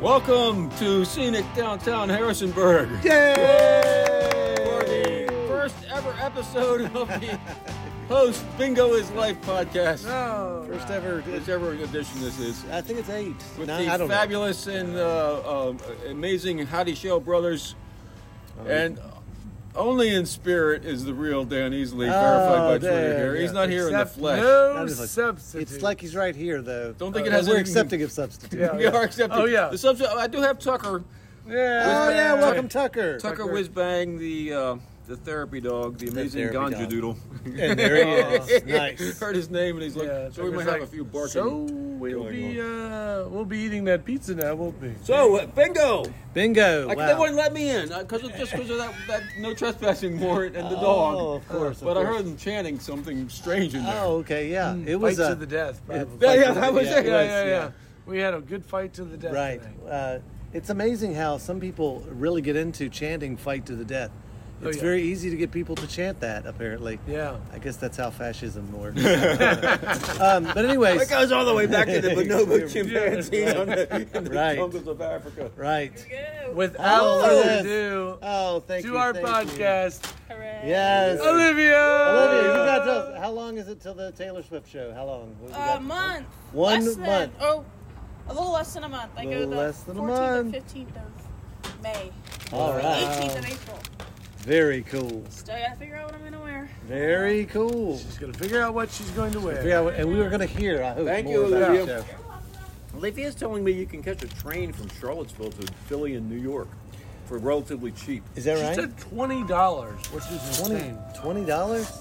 Welcome to scenic downtown Harrisonburg for the first ever episode of the Post Bingo is Life podcast. First ever. Whichever edition this is. I think it's eight. With Nine- I the don't fabulous and uh, um, amazing Howdy Shell brothers. Oh, and only in spirit is the real Dan Easley, verified by Twitter Oh, there, here. He's yeah. not here in the Except flesh. No That is like- know. substitute. It's like he's right here, though. Don't think it Uh, has We're anything- accepting of substitute. Yeah. We are accepted. Oh, yeah. The subject, I do have Tucker. yeah. Oh yeah, Tucker. welcome Tucker. Tucker Tucker. Whizbang, the uh, the therapy dog, the amazing therapy ganja dog. doodle. And there he is. Nice. Heard his name and he's like, Yeah, so we Tucker's might have like, a few barking. So we'll be uh, we'll be eating that pizza now, won't we? So, uh, bingo! Bingo. Like, They wow. wouldn't let me in because of just because of that, that no trespassing warrant and the Oh, dog. of course. of But I course. heard them chanting something strange in there. Oh, okay, yeah. It was fight uh, to Mm. the death. Probably. yeah, yeah, that Yeah, was yeah, it. yeah, was, yeah, yeah. We had a good fight to the death. right. tonight. Uh, it's amazing how some people really get into chanting "fight to the death." Oh, It's yeah. very easy to get people to chant that. Apparently, Yeah. I guess that's how fascism works. um, but anyways, That goes all the way back to the bonobo chimpanzees on the, in the Right. jungles of Africa. right. Without Oh, further yes. ado, Oh, thank you. to our thank you. podcast, Hooray. Yes. Olivia. Olivia, you got to tell us, how long is it till the Taylor Swift show? How long? What we A got? Uh, month. One less than, month. Oh, a little less than a month. I go Little the less than a 14th month. and 15th of May. All right. 18th of April. Very cool. Still gotta figure out what I'm gonna wear. Very cool. She's gonna figure out what she's going to wear. Yeah, and we were going to hear. I hope Thank more you, about Olivia. the show. Olivia's telling me you can catch a train from Charlottesville to Philly in New York for relatively cheap. Is that She right? said twenty dollars, which is Twenty insane. twenty dollars?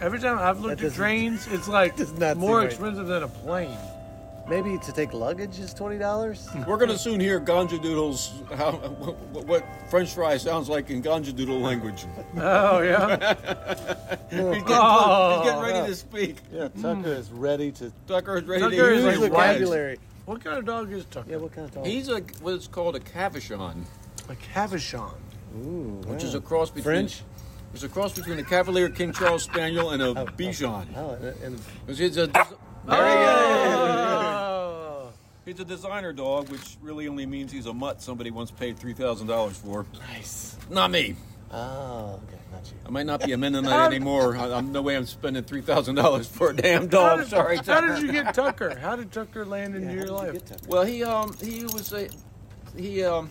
Every time I've looked That at doesn't- trains, it's like does not seem more right. expensive than a plane. Maybe to take luggage is twenty dollars. We're gonna soon hear ganja doodles. How what, what French fry sounds like in ganja doodle language. Oh yeah. He's getting, Oh. he's getting ready to speak. Yeah, Tucker is ready to Tucker is ready Tucker to use is like the vocabulary. vocabulary. what kind of dog is Tucker? Yeah, what kind of dog? He's a what's called a cavachon, a Cavachon. Ooh, which wow. is a cross between French? It's a cross between a Cavalier King Charles Spaniel and a Bichon. Oh, and- and- It's a, there Oh. He's a designer dog, which really only means he's a mutt somebody once paid three thousand dollars for. nice. Not me. Oh, okay, not you. I might not be a Mennonite anymore. I, I'm no way I'm spending three thousand dollars for a damn dog. Sorry, How Tucker. did you get Tucker? How did Tucker land into Yeah, your how did you life? get Tucker? Well, he um he was a he um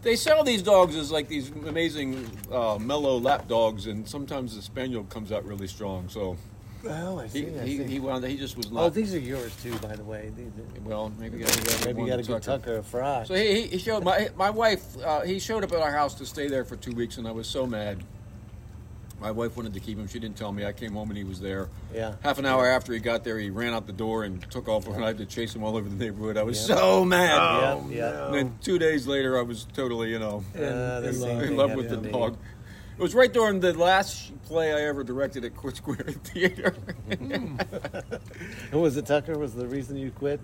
they sell these dogs as like these amazing uh, mellow lap dogs, and sometimes the spaniel comes out really strong. So Oh, I he see. I he, see. he wound he just was not. Oh, these are yours too, by the way. These are- well, maybe I gotta get Maybe one you got to to give Tucker. Tucker a fry. So he, he- he showed my my wife. Uh, he showed up at our house to stay there for two weeks, and I was so mad. My wife wanted to keep him. She didn't tell me. I came home and he was there. Yeah. Half an hour after he got there, he ran out the door and took off, and I had to chase him all over the neighborhood. I was so mad. Yeah, yeah. And then two days later, I was totally, you know, Uh, the in same love. thing in love with the happened to me. dog. It was right during the last play I ever directed at Court Square Theater. And was it Tucker? Was the reason you quit?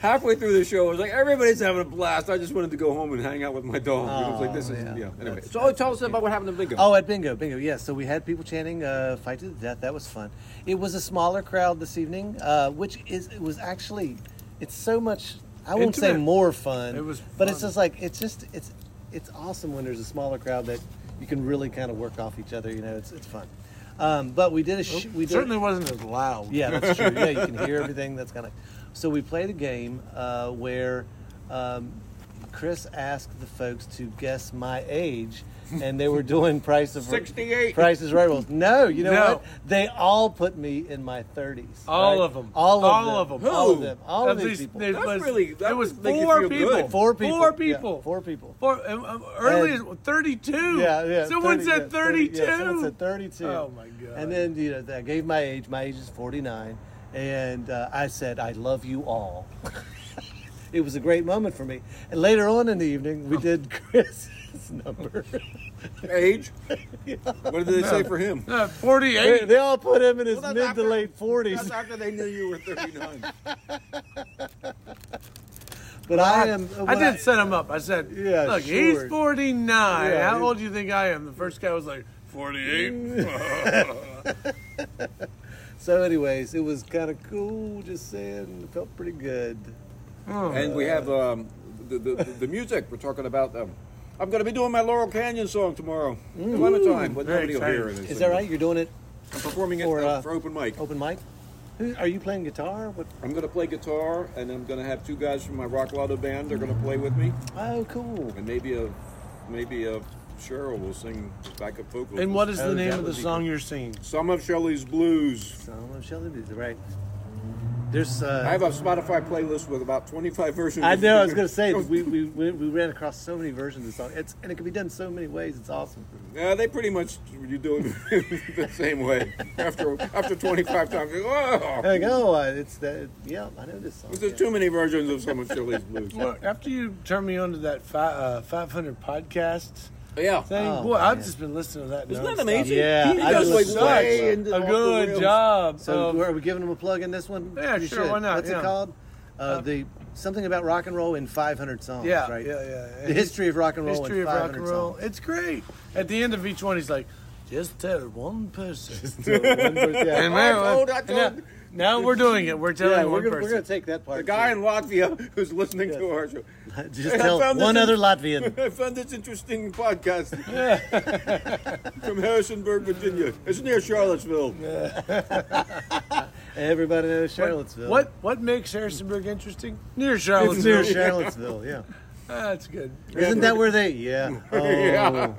Halfway through the show, I was like, everybody's having a blast. I just wanted to go home and hang out with my dog. it was like, this Oh, is, yeah. yeah. Anyway, That's- so tell us about what happened to Bingo. oh, at bingo, bingo. Yeah, so we had people chanting uh, "Fight to the Death." That was fun. It was a smaller crowd this evening, uh, which is it was actually it's so much. I won't say Intimate. more fun. It was but it's fun. just like it's just it's it's awesome when there's a smaller crowd that you can really kind of work off each other. You know, it's it's fun. Um, but we did a sh- we did Oh, Certainly wasn't as loud. Yeah, that's true. Yeah, you can hear everything. That's kind of. So we played a game uh, where um, Chris asked the folks to guess my age, and they were doing price of 68. Price is right rules. No, you know No. what? They all put me in my thirties. All of 'em. All of All them. of 'em. All of Who? them. All of At these least people. there That's was- really- that it was would make you four feel people. good. Four people. Four Yeah, people. four people. Four- um, um, early And- as- thirty-two. Yeah, yeah. Someone 30, yeah, said 30, thirty-two. yeah, someone said 32. Oh, my God. And then you know, I gave my age. My age is 49, and uh, I said, "I love you all." it was a great moment for me. And later on in the evening, Oh. we did Chris's number. Age? What did they say for him? Uh, they, Forty-eight. they all put him in his Well, that's mid after- to late 40s. That's after they knew you were 39. but I am. I when did set him up. I said, Yeah, look, sure. he's 49. Yeah, How he- old do you think I am? The first guy was like, 48. So, anyways, it was kind of cool. Just saying, it felt pretty good. and we have um, the, the, the music. We're talking about. Um, I'm going to be doing my Laurel Canyon song tomorrow. Clementine, but Very nobody will hear it. exciting. Is that right? You're doing it I'm performing it Or, uh, uh, for open mic. open mic? Who- Are you playing guitar? What? I'm going to play guitar, and I'm going to have two guys from my Rock Lotto band. They're going to play with me, Oh, cool. and maybe a maybe a Cheryl will sing backup vocals. And what is Oh, the name that of the would be song you're singing? some of Shelley's blues? Song of Shelley Blues, right? There's. I Uh, have a Spotify playlist with about 25 versions. I of- know. I was gonna say we, we we we ran across so many versions of the song. It's and it can be done so many ways. It's awesome. Yeah, they pretty much you do it the same way after after 25 times. Oh, Like oh, uh, it's that. Yeah, I know this song. there's yeah. too many versions of some of Shelley's blues. Look, after you turned me on to that fi- uh, 500 podcast Yeah, thing, Oh, boy, I've man. just been listening to that. Isn't that nonstop. amazing? Yeah, he I goes just like suck. way A into A off the good rails. job. Um, So of- are we giving them a plug in this one? Yeah, You sure, should. why not? What's Yeah. it called? Uh, the something about rock and roll in 500 songs. yeah, right. yeah, yeah. The history of rock and roll. history in of 500 rock and roll. Songs. It's great. At the end of each one, he's like, just tell one person. So, one verse- yeah. And I we're- told- I and now, told. now we're doing it. We're telling Yeah, one we're gonna, we're person. gonna take that part. The guy in Latvia who's listening to our show. just I tell found this one in- other Latvian. I found this interesting podcast from Harrisonburg, Virginia. It's near Charlottesville. Everybody knows Charlottesville. What Oh, what makes Harrisonburg interesting? Near It's near Charlottesville. Charlottesville. Yeah. Ah, That's good. Isn't that where they? Yeah. Oh. Yeah.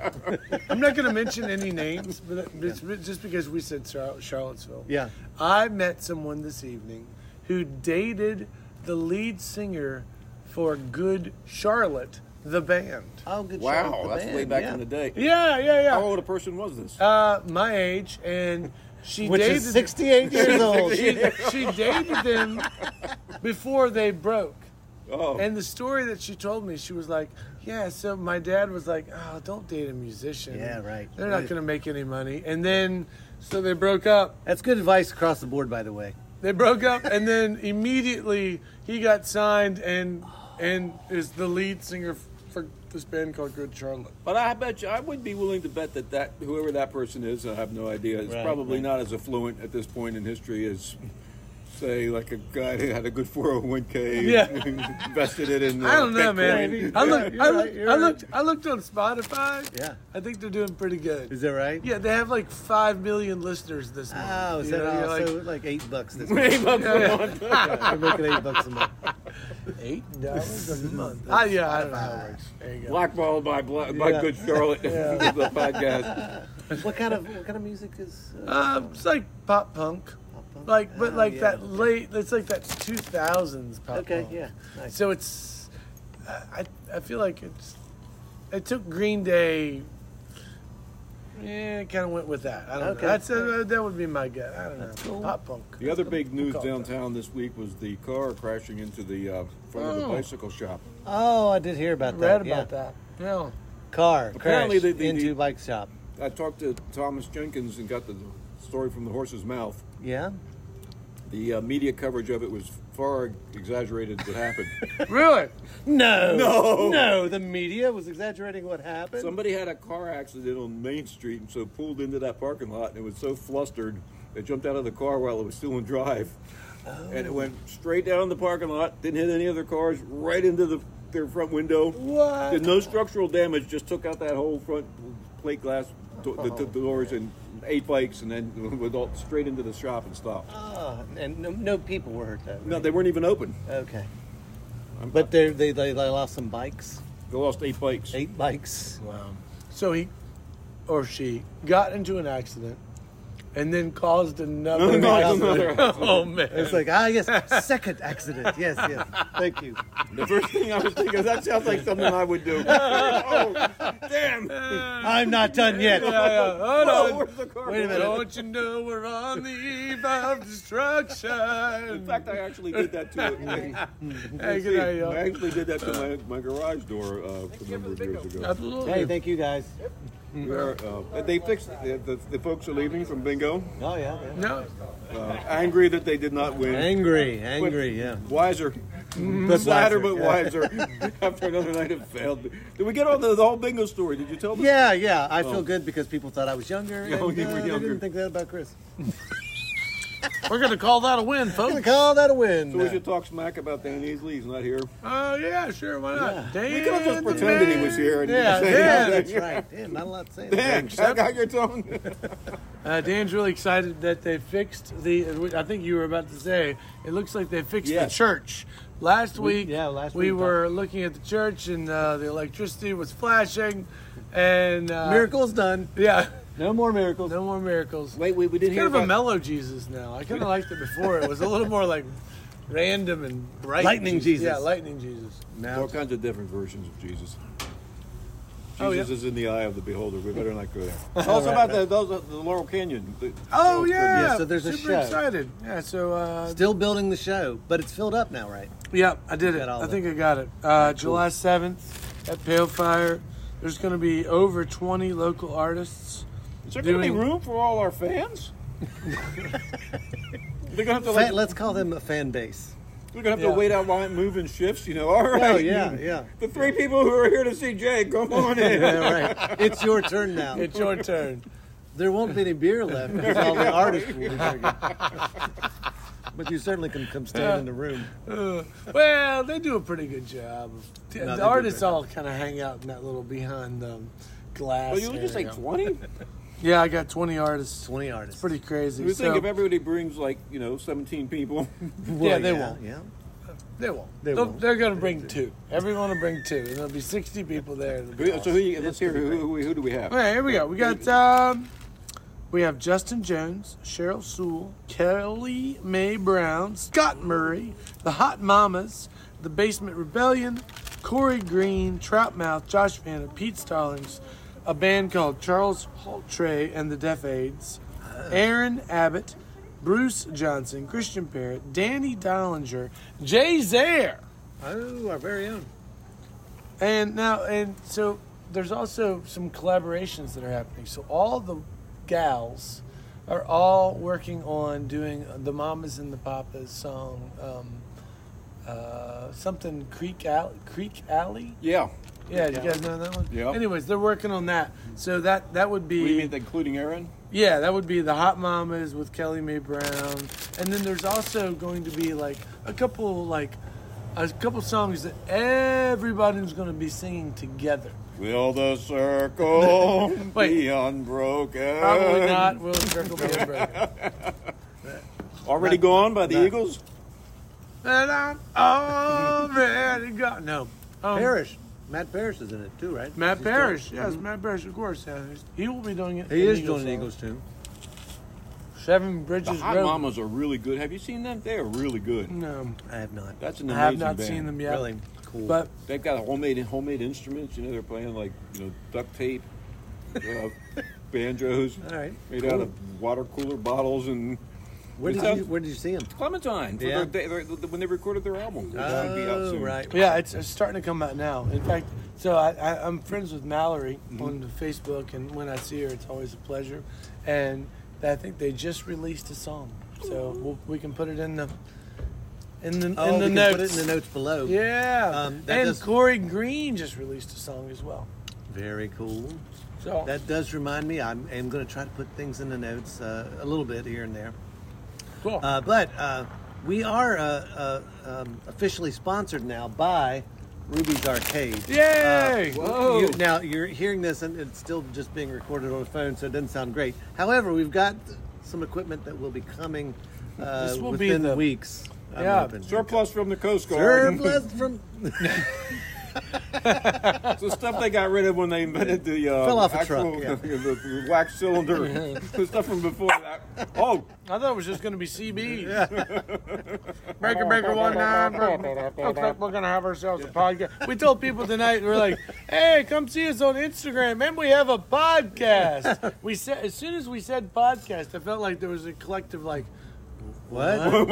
I'm not going to mention any names, but it's just because we said Char- Charlottesville. Yeah. I met someone this evening who dated the lead singer for Good Charlotte, the band. Oh, good. Wow, Charlotte, the that's band, way back yeah. in the day. Yeah, yeah, How Oh. yeah. old a person was this? Uh, my age, and she Which dated is 68 years old. She, she dated them before they broke. Oh, And the story that she told me, she was like, "Yeah, so my dad was like, oh, don't date a musician. Yeah, right. They're not going to make any money." And then, so they broke up. That's good advice across the board, by the way. They broke up, and then immediately he got signed and and is the lead singer for this band called Good Charlotte. but I bet you I would be willing to bet that that whoever that person is, I have no idea. It's Right, probably right. not as affluent at this point in history as, say, like a guy who had a good 401k, Yeah. invested it in. Uh, I don't know, Bitcoin. man. I Yeah, looked, you're I right, looked, you're I right. looked, I looked on Spotify. Yeah. I think they're doing pretty good. Is that right? Yeah, they have like five million listeners this month. Oh, is You that know, you're also like like, eight bucks this month? Maybe I'm Yeah. wrong. We're making eight bucks a month. eight dollars a month? Ah, yeah, I don't know how it works. There you go. Blackballed by Bla- by Yeah. Good Charlotte, the podcast. What kind of what kind of music is? Uh, Uh, it's like pop punk, pop-punk? like but Oh, like yeah. that late. It's like that two thousands pop Okay, punk. yeah, nice. So it's, I I I feel like it's, it took Green Day. Yeah, it kind of went with that. I don't Okay. know. That's uh, that would be my gut. I don't know. cool. Pop punk. The other big news We'll call it that. downtown this week was the car crashing into the uh, front of the bicycle shop. Oh, I did hear about I that. read yeah. about that. Yeah. Car Apparently crashed they- they- into they- bike shop. I talked to Thomas Jenkins and got the story from the horse's mouth. Yeah. The uh, media coverage of it was far exaggerated what happened. Really? No. No. No. The media was exaggerating what happened. Somebody had a car accident on Main Street and so pulled into that parking lot and it was so flustered they jumped out of the car while it was still in drive. And it went straight down the parking lot, didn't hit any other cars, right into the, their front window. What? Did no structural damage, just took out that whole front plate glass, do- the, the doors, and eight bikes, and then went all straight into the shop and stopped. Ah, and no, no people were hurt. Though, No, right? they weren't even open. Okay. But they they they they lost some bikes. They lost eight bikes. Eight bikes. Wow. So he or she got into an accident and then caused No, another no, accident. another Oh man. It's like ah yes, second accident. Yes, yes. Thank you. The first thing I was thinking is that sounds like something I would do. oh, damn! I'm not done yet. yeah, yeah. Hold Whoa, on. where's the car? Wait a minute. Don't you know we're on the eve of destruction? In fact, I actually did that to it. hey, good night, y'all. I actually did that to my, my garage door uh, a number of years ago. Absolutely. Hey, thank you guys. We are, uh, they fixed it. The, the, the folks are leaving from bingo, Oh yeah. yeah. no. uh, angry that they did not win. Angry, angry, yeah. Wiser, Mm-hmm. But sadder but wiser, yeah. wiser. After another night of failed. Did we get all the, the whole bingo story? Did you tell me? Yeah, yeah. I Oh. feel good because people thought I was younger. Oh, and, you were uh, They younger. didn't think that about Chris. We're gonna call that a win, I'm gonna folks. call that a win. So we should talk smack about Dan Easley. He's not here. Oh yeah, sure, why not? Dan We could have the just pretended he man. was here. And Yeah, say Dan, that. That's right. Damn, not a lot to say. Dan, Except- check out your tongue. Uh, Dan's really excited that they fixed the. I think you were about to say it looks like they fixed the Yes. church. Last We- week, yeah, last we week, were looking at the church and uh, the electricity was flashing, and uh, Miracles done. Yeah, No more miracles. no more miracles. Wait, wait, we didn't It's hear kind of a about. mellow Jesus now. I kind of liked it before. It was a little more like random and bright. Lightning Jesus. Yeah, lightning Jesus. All Now, kinds of different versions of Jesus. Oh, yeah. Jesus is in the eye of the beholder. We better not go there. Tell All us right, about right. the, those, the Laurel Canyon. The- Oh yeah. Yeah, so there's a Super show. excited. Yeah. So uh, still building the show, but it's filled up now, right? Yeah, I did it. Got all I the- think I got it. Uh, July 7th at Pale Fire. There's going to be over 20 local artists. Is there going to be Doing- room for all our fans? They're gonna have to Fan, like, let's call them a fan base. they're gonna have Yeah. to wait out line, moving shifts. You know, all right. Oh yeah, yeah. The three people who are here to see Jay, come on in. Yeah, right. It's your turn now. It's your turn. There won't be any beer left because all the artists will be drinking. But you certainly can come stand in the room. Uh, well, they do a pretty good job. The- No, they the do artists great. all kind of hang out in that little behind um, glass. Well, you were just area. like twenty. yeah, I got 20 artists. Twenty artists. Pretty crazy. You would think So- if everybody brings like you know seventeen people, Well, yeah, they won't. Yeah. They won't. They They won't. are going to bring two. Everyone will bring two. And there'll be 60 people there. It'll be Who- so awesome. who, you- let's hear who, who, who do we have? All right, here we go. We got um, we have Justin Jones, Cheryl Sewell, Kelly Mae Brown, Scott Murray, the Hot Mamas, the Basement Rebellion, Corey Green, Troutmouth, Josh Vanna, Pete Starlings, a band called Charles Haltray and the Deaf Aids, Aaron Abbott, Bruce Johnson, Christian Parrott, Danny Dollinger, Jay Zare. Oh, our very own. And now, and so there's also some collaborations that are happening. So all the gals are all working on doing the Mamas and the Papas song, um, uh, something Creek Alley. Creek Alley. Yeah, Yeah, you guys know that one. Yeah. Anyways, they're working on that. So that that would be. we mean including Aaron. Yeah, that would be the Hot Mamas with Kelly Mae Brown, and then there's also going to be like a couple like a couple songs that everybody's going to be singing together. Will the circle Wait. be unbroken? Probably not Will and Circle be unbroken. Already gone by the Eagles. and I'm already gone. No, um, Parrish. Matt Parrish is in it too, right? Is Matt he still- Parrish. Yes, Matt Parrish, of course. Yeah, he will be doing uh, it. He in is doing the song. Eagles too. Seven The Bridges Hot Road. Mamas are really good. Have you seen them? They are really good. No, I have not. That's an I amazing have not band. seen them yet. Really cool. um, But They've got homemade homemade instruments. You know, they're playing like you know duct tape, uh, banjos all right. made out of water cooler bottles and Where did Sounds- you Where did you see him? Clementine. For their, Yeah. they, their, when they recorded their album, They're gonna be out Oh, soon. right. Yeah, it's, it's starting to come out now. In fact, so I, I, I'm friends with Mallory Mm-hmm. on Facebook, and when I see her, it's always a pleasure. And I think they just released a song, so we'll, we can put it in the in the Oh, in the we Can notes. put it in the notes below. Yeah, Um, that and does- Corey Green just released a song as well. Very cool. So That does remind me. I'm, I'm going to try to put things in the notes uh, a little bit here and there. cool. Uh, but uh, we are uh, uh, um, officially sponsored now by Ruby's Arcade. Uh, Yay! Whoa. You- now you're hearing this, and it's still just being recorded on the phone, so it doesn't sound great. However, we've got some equipment that will be coming uh, This will be within the- weeks. I'm Yeah. hoping. Surplus from the Coast Guard. Surplus from It's the stuff they got rid of when they invented the uh, Fell off a actual- truck, yeah. the, the wax cylinder. the stuff from before that. Oh, I thought it was just going to be CB. breaker, breaker, one nine. breaker. Looks like we're going to have ourselves a podcast. We told people tonight, we're like, hey, come see us on Instagram, and we have a podcast. We said as soon as we said podcast, I felt like there was a collective like, what?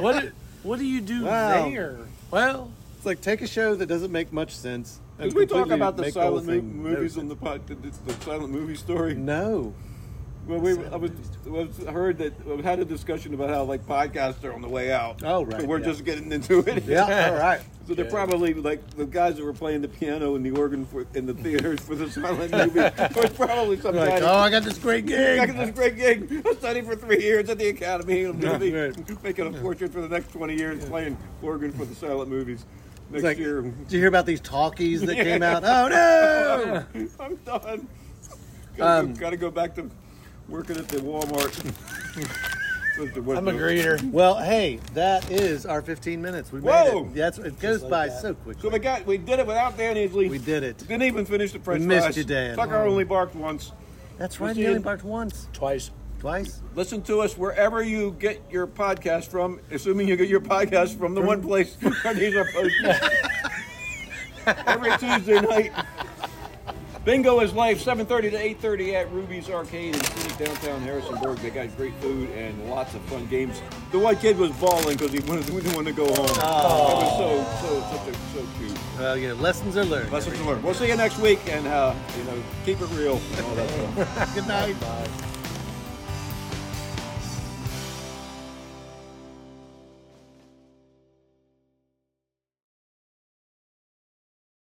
what? do- What do you do Wow. there? Well, it's like take a show that doesn't make much sense. and did we talk completely about the make whole silent mo- thing no movies sense. on the pod? The, the silent movie story. No. Well, we, I was, I was I heard that I had a discussion about how like podcasts are on the way out. Oh, right, So we're yeah. just getting into it. Yeah, all right. So they're probably like the guys that were playing the piano and the organ for, in the theaters for the silent movie. was probably some guy. Like, oh, I got this great I gig. got this great gig. I studied for three years at the academy. I'm going to be Right. making a fortune for the next 20 years playing organ for the silent movies. Next It's like, year, did you hear about these talkies that came out? Oh no! I'm done. Gotta, Um, go, gotta go back to working at the Walmart. With the- with I'm a the- greeter. Well, hey, that is our 15 minutes. We made Whoa! it. That's it goes by so quickly. So we got we did it without Dan Easley. We did it. Didn't even finish the French missed fries. you, Dan. Oh. Tucker only barked once. That's right. see You you- only barked once, Twice. twice. Listen to us wherever you get your podcast from, assuming you get your podcast from the one place where these are posted. Every Tuesday night. Bingo is life, 7.30 to 8.30 at Ruby's Arcade in scenic downtown Harrisonburg. They got great food and lots of fun games. The white kid was bawling because he wanted, he didn't want to go home. It was so, so, such a, so cute. Well, you know, lessons are learned. Lessons learned. We'll see you next week, and, uh, you know, keep it real and all that stuff. Good night. Bye.